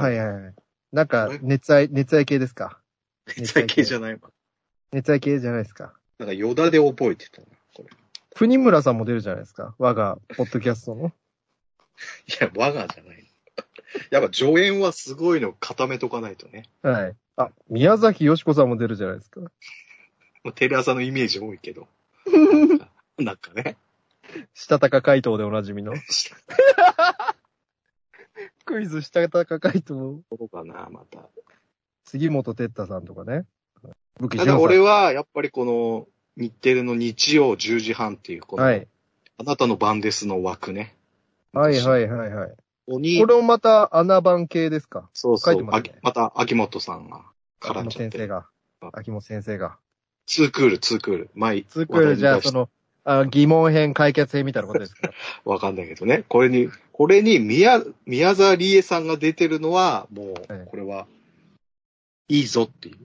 Speaker 1: はい
Speaker 3: い。
Speaker 1: はいはい。なんか
Speaker 3: ドライ、
Speaker 1: 熱愛、熱愛系ですか
Speaker 3: 熱帯系じゃないわ。
Speaker 1: 熱愛系じゃないですか。
Speaker 3: なんか与田で覚えてたな、これ。
Speaker 1: 国村さんも出るじゃないですか。我が、ポッドキャストの。
Speaker 3: いや、我がじゃない。やっぱ助演はすごいの固めとかないとね。
Speaker 1: はい。あ、宮崎よしこさんも出るじゃないですか。
Speaker 3: まあテレ朝のイメージ多いけ [laughs] ど。なんかね。
Speaker 1: したたか回答でおなじ
Speaker 3: [laughs]
Speaker 1: みの。 [laughs] クイズしたたか回答。
Speaker 3: そうかな、また。
Speaker 1: 杉本哲太さんとかね。武器
Speaker 3: た
Speaker 1: 純さ
Speaker 3: だ
Speaker 1: ん。
Speaker 3: 俺は、やっぱりこの、日テレの日曜10時半っていう、この、
Speaker 1: はい。
Speaker 3: あなたの番ですの枠ね。。
Speaker 1: はいはいいはいはい。
Speaker 3: ここに
Speaker 1: こ、れもまた穴番系ですか
Speaker 3: そう
Speaker 1: 書
Speaker 3: そ
Speaker 1: いて
Speaker 3: う、
Speaker 1: ます
Speaker 3: あ
Speaker 1: ね
Speaker 3: また、秋元さんが絡ん
Speaker 1: 秋
Speaker 3: じゃ
Speaker 1: 元先
Speaker 3: っ
Speaker 1: 生
Speaker 3: て。
Speaker 1: が
Speaker 3: あ。
Speaker 1: 秋元先生が。
Speaker 3: ツークール、ツークール。前、
Speaker 1: ツークールじゃあ、
Speaker 3: 話題に出し
Speaker 1: その、あ疑問編、解決編みたいなことですから。
Speaker 3: わかんないけどね。これに、これに宮、宮沢りえさんが出てるのは、も
Speaker 1: ええ
Speaker 3: う、これは、いいぞっていう。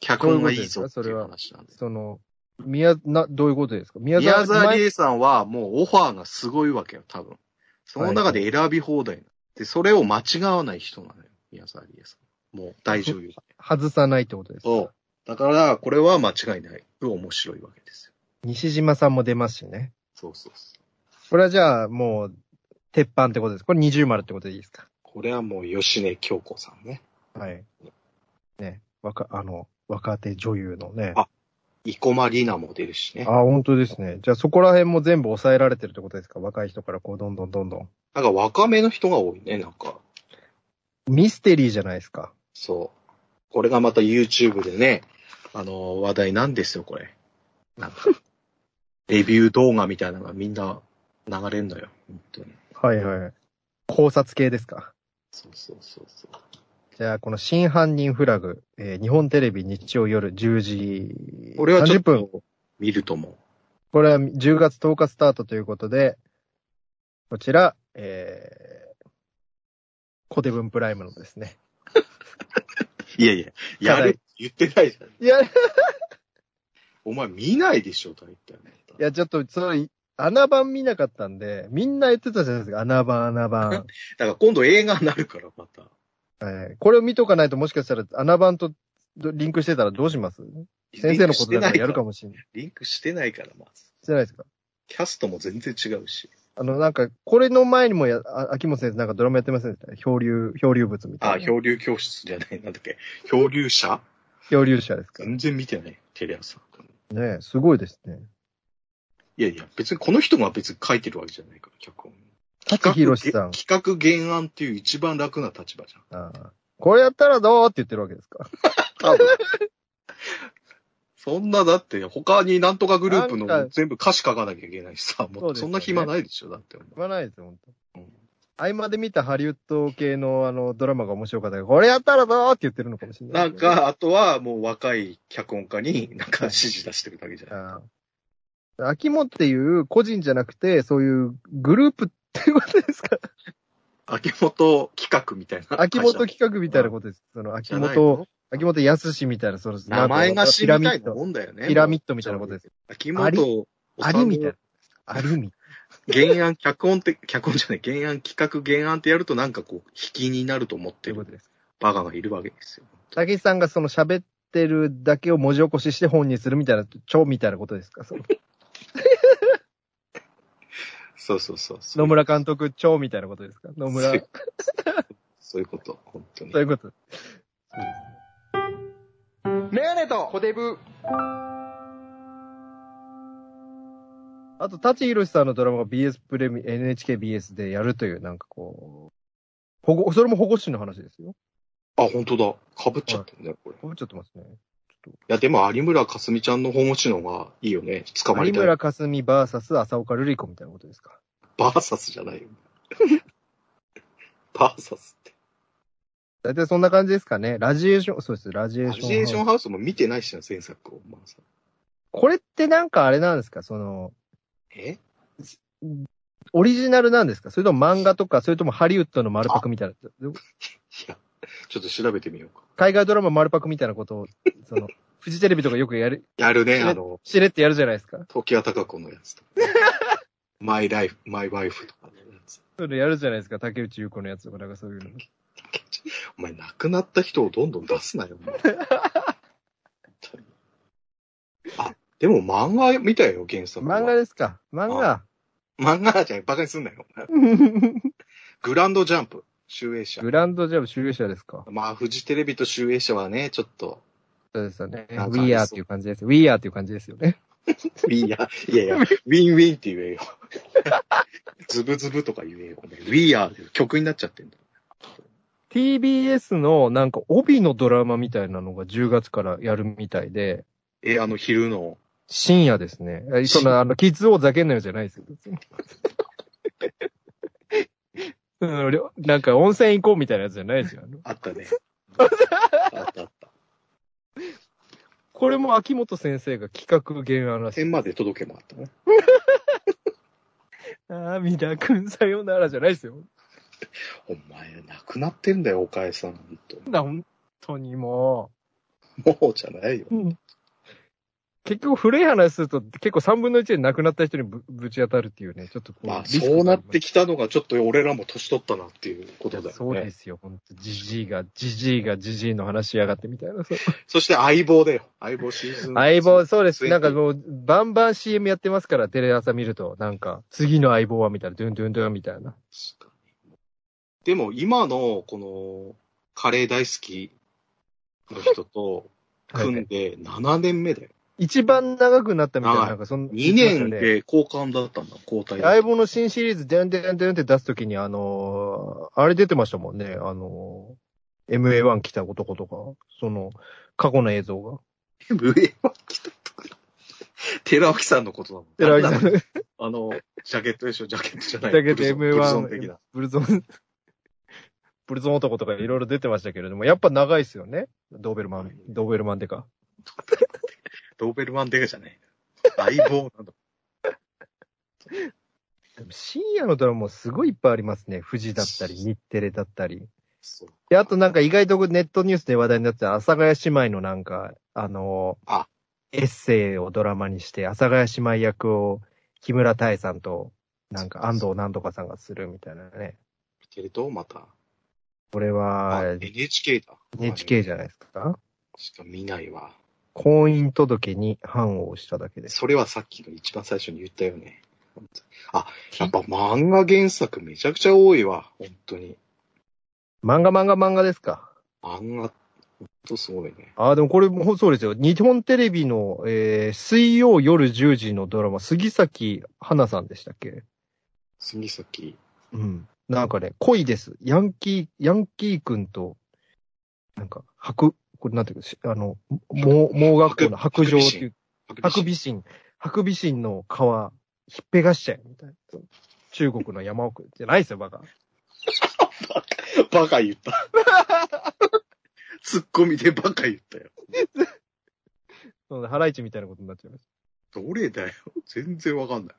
Speaker 3: 脚本がいいぞっていう話なんです。
Speaker 1: その、宮、な、どういうことですか宮沢
Speaker 3: 宮沢りえさんはもうオファーがすごいわけよ、多分。その中で選び放題なで、それを間違わない人なのよ、宮沢りえさん。もう大女優。
Speaker 1: 外さないってことですか
Speaker 3: そう。だから、これは間違いない。面白いわけですよ。
Speaker 1: 西島さんも出ますしね。
Speaker 3: そうそうそう。
Speaker 1: これはじゃあ、もう、鉄板ってことです。これ二重丸ってことでいいですか
Speaker 3: これはもう吉根京子さんね。
Speaker 1: はい。ね、若、あの、若手女優のね。
Speaker 3: あ生駒里奈も出るしね。
Speaker 1: あ、本当ですね。じゃあそこら辺も全部抑えられてるってことですか若い人からこう、どんどんどんどん。
Speaker 3: なんか若めの人が多いね、なんか。
Speaker 1: ミステリーじゃないですか。
Speaker 3: そう。これがまた YouTube でね、あの、話題なんですよ、これ。なん [laughs] か、レビュー動画みたいなのがみんな流れんのよ、本当に。
Speaker 1: はいはい。考察系ですか。
Speaker 3: そうそうそうそう。
Speaker 1: じゃあ、この真犯人フラグ、えー日本テレビ日曜夜10時
Speaker 3: これはち
Speaker 1: 30
Speaker 3: ょっ
Speaker 1: 分。
Speaker 3: と見ると思う。
Speaker 1: これは10月10日スタートということで、こちら、えー、コテブンプライムのですね。
Speaker 3: いやいや、や
Speaker 1: ただ
Speaker 3: るって言ってないじゃん。
Speaker 1: いや、い
Speaker 3: お前見ないでしょ、大体。
Speaker 1: や、ちょっと、その、穴番見なかったんで、みんな言ってたじゃないですか。穴番、穴番。
Speaker 3: だから今度映画になるから、また。
Speaker 1: はいこれを見とかないともしかしたら穴番とリンクしてたらどうします先生のことだからやるか
Speaker 3: も。
Speaker 1: もしれない。
Speaker 3: リンクしてないから、まず。
Speaker 1: じゃないですか。
Speaker 3: キャストも全然違うし。
Speaker 1: あの、なんか、これの前にもや、あ秋元先生なんかドラマやってませんでした漂流、漂流物みたいな。
Speaker 3: あ、漂流教室じゃない、なんだっけ。漂流者
Speaker 1: 漂流者ですか
Speaker 3: 全然見てない、テレ朝。
Speaker 1: ねえすごいですね。
Speaker 3: いやいや、別にこの人が別に書いてるわけじゃないから、脚本。
Speaker 1: 滝博さん。
Speaker 3: 企画原案っていう一番楽な立場じゃん。
Speaker 1: ああこれやったらどうって言ってるわけですか。 [laughs]
Speaker 3: 多分。 [laughs] そんなだって、他になんとかグループ
Speaker 1: なん
Speaker 3: の
Speaker 1: か
Speaker 3: 全部歌詞書かなきゃいけないしさ、
Speaker 1: そ
Speaker 3: も
Speaker 1: うで
Speaker 3: う
Speaker 1: す
Speaker 3: そ
Speaker 1: よ
Speaker 3: ん
Speaker 1: ね
Speaker 3: な暇ないでしょ、だって。
Speaker 1: 言わないですよ、本当、
Speaker 3: うん
Speaker 1: 合間で見たハリウッド系のあのドラマが面白かったけど、これやったらどうって言ってるのかもしれな
Speaker 3: ないん
Speaker 1: ですね、
Speaker 3: か、あとはもう若い脚本家になんか指示出してるだけじゃない。
Speaker 1: ああ。秋元っていう個人じゃなくて、そういうグループっていうことですか
Speaker 3: 秋元企画みたい
Speaker 1: [laughs]
Speaker 3: な。
Speaker 1: 秋元企画みたいなことです。その秋
Speaker 3: じゃない
Speaker 1: 元
Speaker 3: の、
Speaker 1: 秋元康みたいな、その、
Speaker 3: 名前が知りたい
Speaker 1: ピラミッド
Speaker 3: もんだよね。
Speaker 1: ピラミッドみたいなことです。
Speaker 3: 秋元
Speaker 1: ありみたいな。ありみたい
Speaker 3: 原案、脚本って、脚本じゃない、原案、企画、原案ってやるとなんかこう、引きになると思っ
Speaker 1: と
Speaker 3: て
Speaker 1: いうこ
Speaker 3: る
Speaker 1: とです。
Speaker 3: バカがいるわけですよ。
Speaker 1: たけしさんがその喋ってるだけを文字起こしして本にするみたいな、超みたいなことですか
Speaker 3: [laughs]
Speaker 1: その
Speaker 3: そうそうそうそう。
Speaker 1: 野村監督超みたいなことですか野村
Speaker 3: そういう。そういうこと、本当に
Speaker 1: そうい。うこと。
Speaker 2: メガネとコデブ。
Speaker 1: あと、舘ひろしさんのドラマが BS プレミ、NHKBS でやるという、なんかこう、保護、それも保護士の話ですよ。
Speaker 3: あ、本当だ。被っちゃってるね、これ。い
Speaker 1: かぶっちゃってますね。
Speaker 3: や、でも有村架純ちゃんの本持ちの方がいいよね。捕ま
Speaker 1: 有
Speaker 3: りたい。
Speaker 1: 村架純バーサス浅岡瑠璃子みたいなことですか。
Speaker 3: バーサスじ
Speaker 1: [laughs]
Speaker 3: ゃないよ。バーサスって。
Speaker 1: 大体そんな感じですかね。ラジエーション、そうです、ラジエー
Speaker 3: ラ
Speaker 1: ション。
Speaker 3: ジエーションハウスも見てないしな、前作を。まあさ
Speaker 1: これってなんかあれなんですかその、
Speaker 3: え
Speaker 1: オリジナルなんですかそれとも漫画とか、それともハリウッドの丸パクみたいな。
Speaker 3: いや、ちょっと調べてみようか。
Speaker 1: 海外ドラマ丸パクみたいなことを、その、 [laughs] フジテレビとかよくやる、
Speaker 3: やるね、
Speaker 1: それ
Speaker 3: あの、
Speaker 1: しれってやるじゃないですか。
Speaker 3: 時は高子のや
Speaker 1: [laughs]
Speaker 3: つとか。マイライフ、マイワイフとかのやつ。
Speaker 1: そういうのやるじゃないですか、竹内優子のやつとか、なんかそういうの。
Speaker 3: お前、亡くなった人をどんどん出すなよ。もうあ、でも漫画見たよ、原作は。
Speaker 1: 漫画ですか漫画。
Speaker 3: 漫画じゃない、バカにすん
Speaker 1: [laughs]
Speaker 3: なよ。グランドジャンプ、集英社
Speaker 1: グ。ランドジャブ集英社ですか
Speaker 3: まあ、フジテレビと集英社はね、ちょっと、
Speaker 1: そうですよね。
Speaker 3: なん
Speaker 1: We
Speaker 3: かあり
Speaker 1: are
Speaker 3: そう
Speaker 1: っていう感じです。We are っていう感じですよね。
Speaker 3: ウィーアー、いやいや、ウィンウィンって言
Speaker 1: [laughs]
Speaker 3: えよ。ズブズブとか言えよ。ウィーアーって曲になっちゃってんだ。
Speaker 1: TBS のなんか帯のドラマみたいなのが10月からやるみたいで、
Speaker 3: え、あの昼の。
Speaker 1: 深夜ですね。えそんな、あの、キッズ王ざけんなよじゃないで
Speaker 3: [laughs]
Speaker 1: すよ。うんりょなんか温泉行こうみたいなやつじゃないですよ。あの
Speaker 3: あったね。
Speaker 1: [laughs]
Speaker 3: あったあった。
Speaker 1: これも秋元先生が企画原案らしい。
Speaker 3: 点まで届けもあったね。
Speaker 1: 涙くんさよならじゃないですよ。
Speaker 3: お前、亡くなってんだよ、おかえさん。ほんと
Speaker 1: な、本当にも
Speaker 3: もうじゃないよ。
Speaker 1: う。結局、古い話すると、結構3分の1で亡くなった人にぶぶち当たるっていうね、ちょっとこう。
Speaker 3: まあ、
Speaker 1: リスク
Speaker 3: そうなって
Speaker 1: き
Speaker 3: きたのが、ちょっと俺らも年取ったなっていうことだよね。
Speaker 1: そうですよ、本当じじいが、じじいがじじいの話しやがってみたいな。そう
Speaker 3: そして相棒だよ。相棒シーズ
Speaker 1: [laughs]
Speaker 3: ン。
Speaker 1: 相棒、そうです。
Speaker 3: 20
Speaker 1: なんかもう、バンバン CM やってますから、テレ朝見ると、なんか、次の相棒はみたいな、ドゥンドゥンドゥンみたいな。
Speaker 3: 確かにでも今のこのカレー大好きの人と組んで7年目だよ。
Speaker 1: 一番長くなったみたいな、
Speaker 3: はい
Speaker 1: なんかそん
Speaker 3: 2年で交換だったんだ、交代だ
Speaker 1: 相棒の新シリーズ、でんでんでんって出すときに、あのーあれ出てましたもんね。あのー MA1 来た男とか、その、過去の映像が。
Speaker 3: 上は来たとか。寺脇さんのことだもん。
Speaker 1: 寺脇さん
Speaker 3: なんだろうあの、ジャケットでしょ、ジャケットじゃない。
Speaker 1: だけど
Speaker 3: ブルゾンブルゾン的
Speaker 1: MA1
Speaker 3: な。、
Speaker 1: ブルゾン、ブルゾン男とかいろいろ出てましたけれども、やっぱ長いですよね。ドーベルマン、ドーベルマンでか。
Speaker 3: ドーベルマンデカじゃない。相棒なんだ。
Speaker 1: でも深夜のドラマもすごいいっぱいありますね。富士だったり、日テレだったり。
Speaker 3: そう
Speaker 1: で、あとなんか意外とネットニュースで話題になってた阿佐ヶ谷姉妹のなんか、あのー
Speaker 3: あ
Speaker 1: エッセイをドラマにして、阿佐ヶ谷姉妹役を木村多江さんと、なんか安藤なんとかさんがするみたいなね。
Speaker 3: 見てると、また。
Speaker 1: これ
Speaker 3: あ
Speaker 1: は、
Speaker 3: NHK だ。
Speaker 1: NHK じゃないですか。
Speaker 3: しか見ないわ。
Speaker 1: 婚姻届に判を押しただけです。
Speaker 3: それはさっきの一番最初に言ったよね。あ、やっぱ漫画原作めちゃくちゃ多いわ。本当に。
Speaker 1: 漫画漫画漫画ですか。
Speaker 3: 漫画、本当すごいね。
Speaker 1: ああ、でもこれもそうですよ。日本テレビの、えー、水曜夜10時のドラマ、杉咲花さんでしたっけ
Speaker 3: 杉崎。
Speaker 1: うん。なんかね、恋です。ヤンキー、ヤンキー君と、なんか、白、これなんていうか、しあの、盲、盲学校の白状
Speaker 3: 白
Speaker 1: っていう、白
Speaker 3: 白
Speaker 1: 美神、白美神の皮、ひっぺがしちゃえ、みたいな。中国の山奥じゃないですよ、バカ。
Speaker 3: バカ言った。ツッコミでバカ言ったよ。
Speaker 1: そのハライチみたいなことになっちゃいます。
Speaker 3: どれだよ。全然わかんない。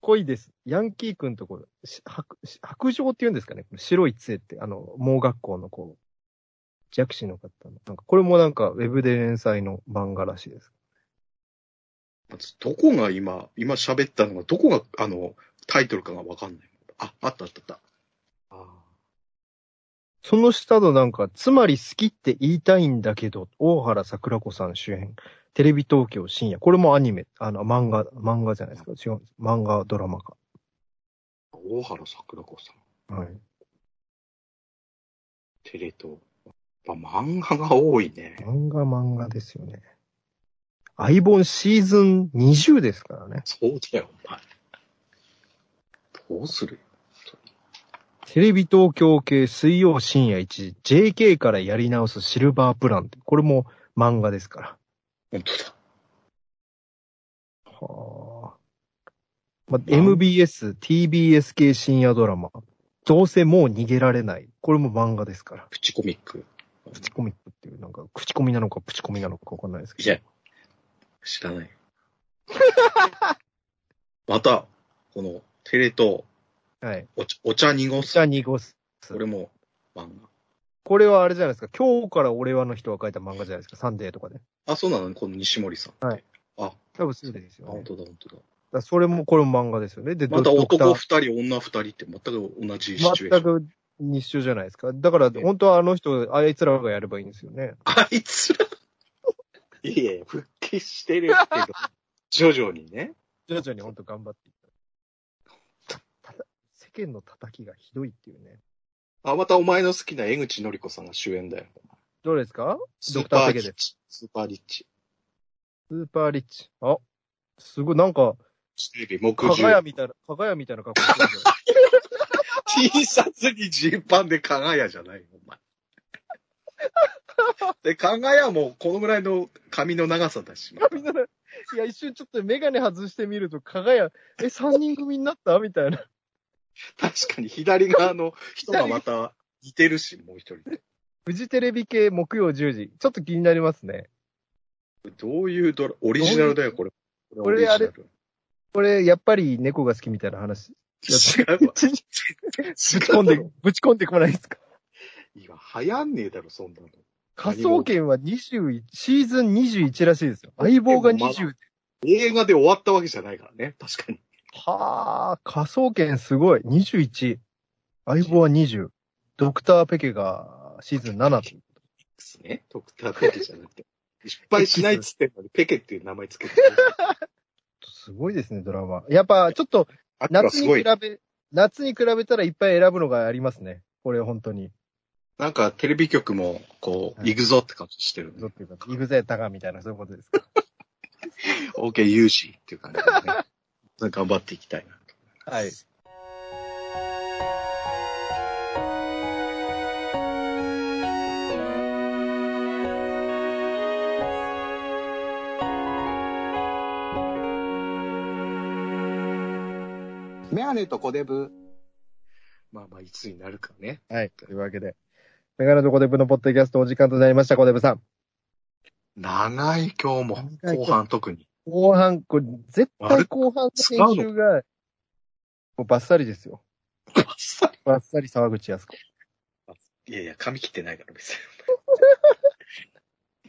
Speaker 1: 恋です。ヤンキー君とこう、し白、し白状って言うんですかね。この白い杖って、あの、盲学校のこう、弱視の方の。なんか、これもなんか、ウェブで連載の漫画らしいです。
Speaker 3: まずどこが今、今喋ったのが、どこが、あの、タイトルかがわかんない。あ、あったあったあった。あ
Speaker 1: その下のなんか、つまり好きって言いたいんだけど、大原桜子さん主演、テレビ東京深夜。これもアニメ、あの、漫画、漫画じゃないですか。違うんです。漫画ドラマか。
Speaker 3: ー大原桜子さん、
Speaker 1: はい。
Speaker 3: テレ東。やっぱ漫画が多いね。
Speaker 1: 漫画漫画ですよね。相棒シーズン20ですからね。
Speaker 3: そうだよ、お前。どうするよ。
Speaker 1: テレビ東京系水曜深夜1時、JK からやり直すシルバープランって、これも漫画ですから。
Speaker 3: 本当だ。
Speaker 1: はあ。まあ、MBS、TBS 系深夜ドラマ。どうせもう逃げられない。これも漫画ですから。
Speaker 3: プチコミック。
Speaker 1: プチコミックっていう、なんか、口コミなのかプチコミなのかわかんないですけ
Speaker 3: いや、知 [laughs] らない。また、この、テレ東、
Speaker 1: ど。はい。
Speaker 3: お茶、お茶濁す
Speaker 1: じゃ。あ、濁す。
Speaker 3: これも、漫
Speaker 1: これはあれじゃないですか。今日から俺はの人が書いた漫画じゃないですか。サンデーとかで。
Speaker 3: 画。あ、そうなのね、この西森さんって。
Speaker 1: はい
Speaker 3: あ、あ
Speaker 1: 多分そうですよ、ね。
Speaker 3: 本
Speaker 1: だか
Speaker 3: 当だ、本当だ。
Speaker 1: らそれも、これも漫画ですよね。で、
Speaker 3: また
Speaker 1: ドドクター
Speaker 3: 男二人、女二人って全く同じシチュエー
Speaker 1: 全
Speaker 3: ション。
Speaker 1: く一緒じゃないですか。だから、
Speaker 3: ええ
Speaker 1: 本当はあの人、あいつらがやればいいんですよね。
Speaker 3: あいつら。いやいや、復帰してるけ [laughs] ど、徐々にね。
Speaker 1: 徐々に本当頑張っていった。たた世間の叩きがひどいっていうね。
Speaker 3: あ、またお前の好きな江口のり子さんが主演だよ。
Speaker 1: どれですか
Speaker 3: ス
Speaker 1: ド
Speaker 3: ー
Speaker 1: クター
Speaker 3: パー
Speaker 1: ペケ
Speaker 3: リ
Speaker 1: で
Speaker 3: ッチ。スーパーリッチ。
Speaker 1: スーパーリッチ。あ、すごい、なんか、
Speaker 3: テレビ、木
Speaker 1: かがや
Speaker 3: 10。
Speaker 1: みたいな、かがやみたいな格好してるじゃん
Speaker 3: T シャツにジーパンでかがやじゃないよ、
Speaker 1: [laughs]
Speaker 3: お前。で、かがやもこのぐらいの髪の長さだし。ま
Speaker 1: [laughs]
Speaker 3: た
Speaker 1: みんなねいや、一瞬ちょっとメガネ外してみると、かがや、え、三人組になったみたいな。
Speaker 3: 確かに左側の人がまた似てるし、もう一人。
Speaker 1: フジテレビ系木曜10時。ちょっと気になりますね。
Speaker 3: どういうドラ、オリジナルだよ、これ。
Speaker 1: これあれ
Speaker 3: オリジナル
Speaker 1: これ、やっぱり猫が好きみたいな話
Speaker 3: 違うわ。
Speaker 1: ぶち込んで、ぶち込んでこないですか
Speaker 3: いや、流行んねえだろ、そんなの。
Speaker 1: 仮想研は21、シーズン21らしいですよ。相棒が
Speaker 3: でもまだ
Speaker 1: 20。
Speaker 3: 映画で終わったわけじゃないからね。確かに。
Speaker 1: はあ、仮想研すごい。21。相棒は20。ドクターペケがシーズン7と。
Speaker 3: X ね。ドクターペケじゃなくて。失敗しないっつってんのに、ペケっていう名前つけ [laughs] てる。
Speaker 1: すごいですね、ドラマ。やっぱ、ちょっと、
Speaker 3: あったら
Speaker 1: 夏
Speaker 3: す
Speaker 1: に
Speaker 3: ご
Speaker 1: 比
Speaker 3: い。
Speaker 1: べ、夏に比べたらいっぱい選ぶのがありますね。これ本当に。
Speaker 3: なんかテレビ局も、こう、
Speaker 1: はい
Speaker 3: 行くぞって感じしてるね。
Speaker 1: どっていうか、イグゼータがみたいな、そういうことですか。
Speaker 3: OK, 有志っていう感じで [laughs] ね。頑張っていきたいな。
Speaker 1: はい。
Speaker 2: メガネとコデブ。
Speaker 3: まあまあ、いつになるかね。
Speaker 1: はい。というわけで、メガネとコデブのポッドキャストお時間となりました、コデブさん。
Speaker 3: 長い今日も、
Speaker 1: 長い今
Speaker 3: 後
Speaker 1: 日
Speaker 3: 半特に。
Speaker 1: 後半、これ、絶対後半の編集が、もうバッサリですよ。バッサリ沢口康子。
Speaker 3: [laughs] いやいや、髪切ってないから別に。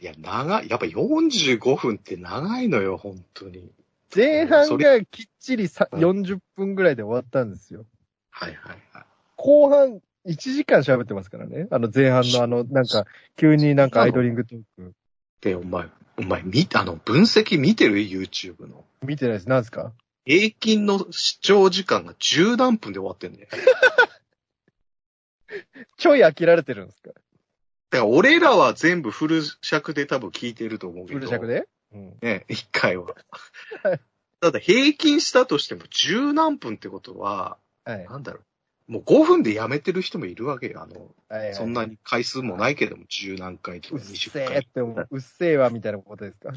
Speaker 3: [laughs] いや、長い。やっぱ45分って長いのよ、本当に。
Speaker 1: 前半
Speaker 3: そ
Speaker 1: がきっちりさ
Speaker 3: うん
Speaker 1: 40分ぐらいで終わったんですよ。
Speaker 3: はいはいはい。
Speaker 1: 後半、1時間喋ってますからね。あの前半のあの、なんか、急になんかアイドリングトーク。
Speaker 3: で、お前、お前、見た、あの、分析見てる ?YouTube の。
Speaker 1: 見てないです。なんですか
Speaker 3: 平均の視聴時間が10何分で終わってん [laughs] ね。だか
Speaker 1: ちょい飽きられてるんですから
Speaker 3: 俺らは全部フル尺で多分聞いてると思うけ
Speaker 1: フ
Speaker 3: ど。
Speaker 1: ル尺でうん。
Speaker 3: ね、一回 [laughs] は
Speaker 1: はい。
Speaker 3: ただ平均したとしても十何分ってことは、
Speaker 1: はい。
Speaker 3: なんだろう。もう5分でやめてる人もいるわけよ。あの、
Speaker 1: はいはい
Speaker 3: そんなに回数もないけども、十何回と
Speaker 1: うっ
Speaker 3: か
Speaker 1: せ
Speaker 3: 20
Speaker 1: え
Speaker 3: 回
Speaker 1: っ。て思う。うっせえわ、みたいなことですか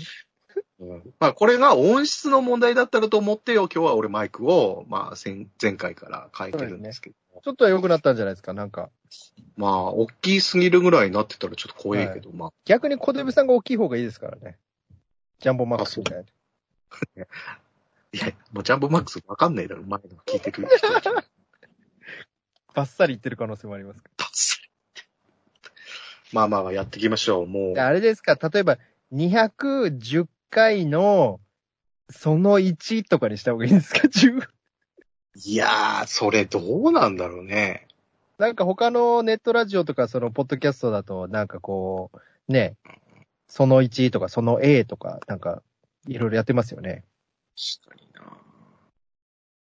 Speaker 3: うんまあ、これが音質の問題だったらと思ってよ、今日は俺マイクを、まあ、先前回から変えてるんですけど。
Speaker 1: ちょっとは良くなったんじゃないですかなんか。
Speaker 3: まあ、大きすぎるぐらいになってたらちょっと怖いけど、ま
Speaker 1: 逆に小デブさんが大きい方がいいですからね。ジャンボマックスみたいな。
Speaker 3: あ、いや、もうジャンボマックスわかんないだろ、前の聞いてる人たち。
Speaker 1: バッサリいってる可能性もありますか
Speaker 3: まあまあまあ、やっていきましょう、もう
Speaker 1: ら。。あれですか例えば、210回の、その1とかにした方がいいんですか [laughs] 10?
Speaker 3: いやー、それどうなんだろうね。
Speaker 1: なんか他のネットラジオとか、その、ポッドキャストだと、なんかこう、ね、その1とか、その A とか、なんか、いろいろやってますよね。
Speaker 3: 確かにな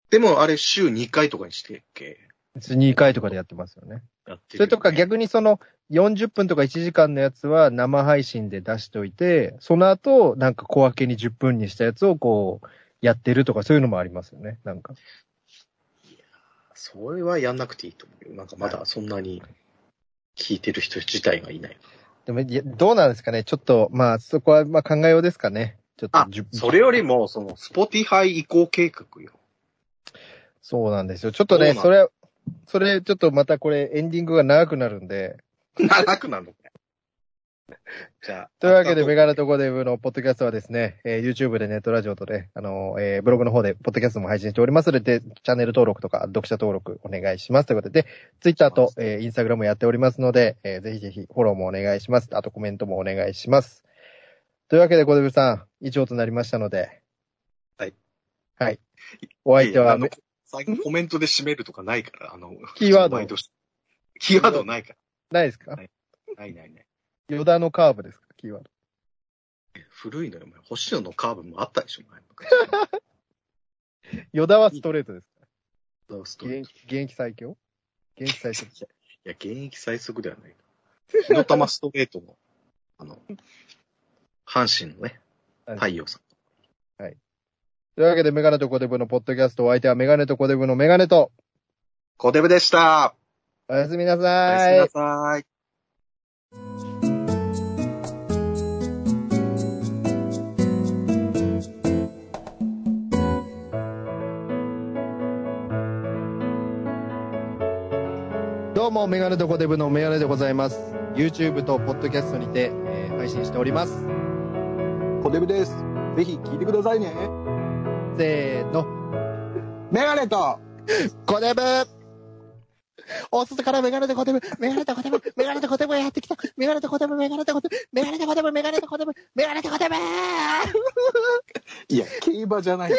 Speaker 3: でも、あれ、週2回とかにしてっけ
Speaker 1: 2回とかでやってますよね。
Speaker 3: やって
Speaker 1: それとか逆にその40分とか1時間のやつは生配信で出しておいて、その後なんか小分けに10分にしたやつをこうやってるとかそういうのもありますよね。なんか。
Speaker 3: それはやんなくていいと思うよ。なんかまだそんなに聞いてる人自体がいない。
Speaker 1: でもいやどうなんですかねちょっとまあそこはまあ考えようですかね。ちょっと
Speaker 3: あ
Speaker 1: 10、
Speaker 3: それよりも、その、スポティハイ移行計画よ。
Speaker 1: そうなんですよ。ちょっとね、
Speaker 3: そう
Speaker 1: それ、それちょっとまたこれエンディングが長くなるんで。
Speaker 3: 長くなるの [laughs] じゃあ。
Speaker 1: というわけで、メガネとコデブのポッドキャストはですね、えー YouTube でネットラジオとね、あのーえーブログの方でポッドキャストも配信しておりますので、チャンネル登録とか読者登録お願いしますということで、で Twitter と、えー Instagram もやっておりますので、えーぜひぜひフォローもお願いします。あとコメントもお願いします。というわけで、コデブさん、以上となりましたので。
Speaker 3: はい。
Speaker 1: はい。お相手は、
Speaker 3: いやいやあの最後コメントで締めるとかないから、あの、
Speaker 1: キーワード
Speaker 3: 毎年キーワードないか
Speaker 1: ないですか
Speaker 3: はいら。ないないない。
Speaker 1: ヨダのカーブですかキーワード。
Speaker 3: 古いのよ、お前星野のカーブもあったでしょ、前
Speaker 1: [laughs]
Speaker 3: 昔。
Speaker 1: ヨダはストレートですか
Speaker 3: そうストレー
Speaker 1: 現役
Speaker 3: ト
Speaker 1: 現役最強現役最強。
Speaker 3: いや、現役最速ではない。
Speaker 2: [laughs]
Speaker 3: 火の玉ストレートの、あの、阪神のね、
Speaker 1: はい
Speaker 3: 太陽さん。
Speaker 1: というわけで、メガネとコデブのポッドキャスト、お相手はメガネとコデブのメガネと、
Speaker 3: コデブでした。
Speaker 1: おやすみなさ
Speaker 3: お
Speaker 1: ー
Speaker 3: やすみなさい。
Speaker 1: どうも、メガネとコデブのメガネでございます。YouTube とポッドキャストにて、えー配信しております。
Speaker 2: コデブです。ぜひ聞いてくださいね。
Speaker 1: せーの。
Speaker 2: メガネと
Speaker 1: コデブ大外からメガネとコデブ、メガネとコデブ、メガネとコデブやってきた、メガネとコデブ、メガネとコデブ、メガネとコデブ、メガネとコデブ、メガネとコデブ
Speaker 3: いや、競馬じゃない。